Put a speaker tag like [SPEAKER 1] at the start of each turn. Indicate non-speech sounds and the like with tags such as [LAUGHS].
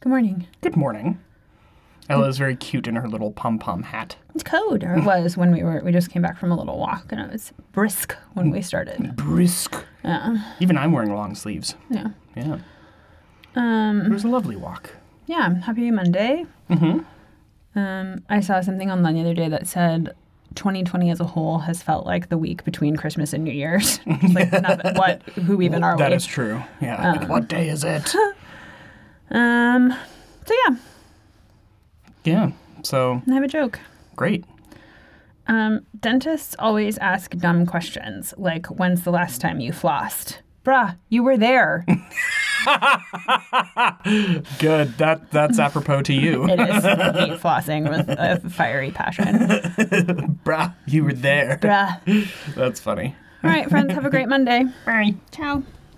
[SPEAKER 1] Good morning.
[SPEAKER 2] Good morning. Ella is very cute in her little pom pom hat.
[SPEAKER 1] It's cold, or it was when we were. We just came back from a little walk, and it was brisk when we started.
[SPEAKER 2] Brisk.
[SPEAKER 1] Yeah,
[SPEAKER 2] Even I'm wearing long sleeves.
[SPEAKER 1] yeah.
[SPEAKER 2] Yeah.
[SPEAKER 1] Um,
[SPEAKER 2] It was a lovely walk.
[SPEAKER 1] yeah. Happy Monday. Mm-hmm. Um, I saw something online the other day that said. 2020 as a whole has felt like the week between Christmas and New Year's. [LAUGHS] It's like, not, what? Who even are
[SPEAKER 2] That
[SPEAKER 1] we? Uh.
[SPEAKER 2] is true. Yeah. what day is it?
[SPEAKER 1] Um. So yeah,
[SPEAKER 2] yeah. So
[SPEAKER 1] I have a joke.
[SPEAKER 2] great.
[SPEAKER 1] Um, dentists always ask dumb questions like, "When's the last time you flossed?" Bruh, you were there.
[SPEAKER 2] Good. That that's apropos to you.
[SPEAKER 1] [LAUGHS] It is me flossing with a fiery passion.
[SPEAKER 2] Bruh, you were there.
[SPEAKER 1] Bruh.
[SPEAKER 2] That's funny.
[SPEAKER 1] All right, friends, have a great Monday.
[SPEAKER 2] Bye.
[SPEAKER 1] Ciao.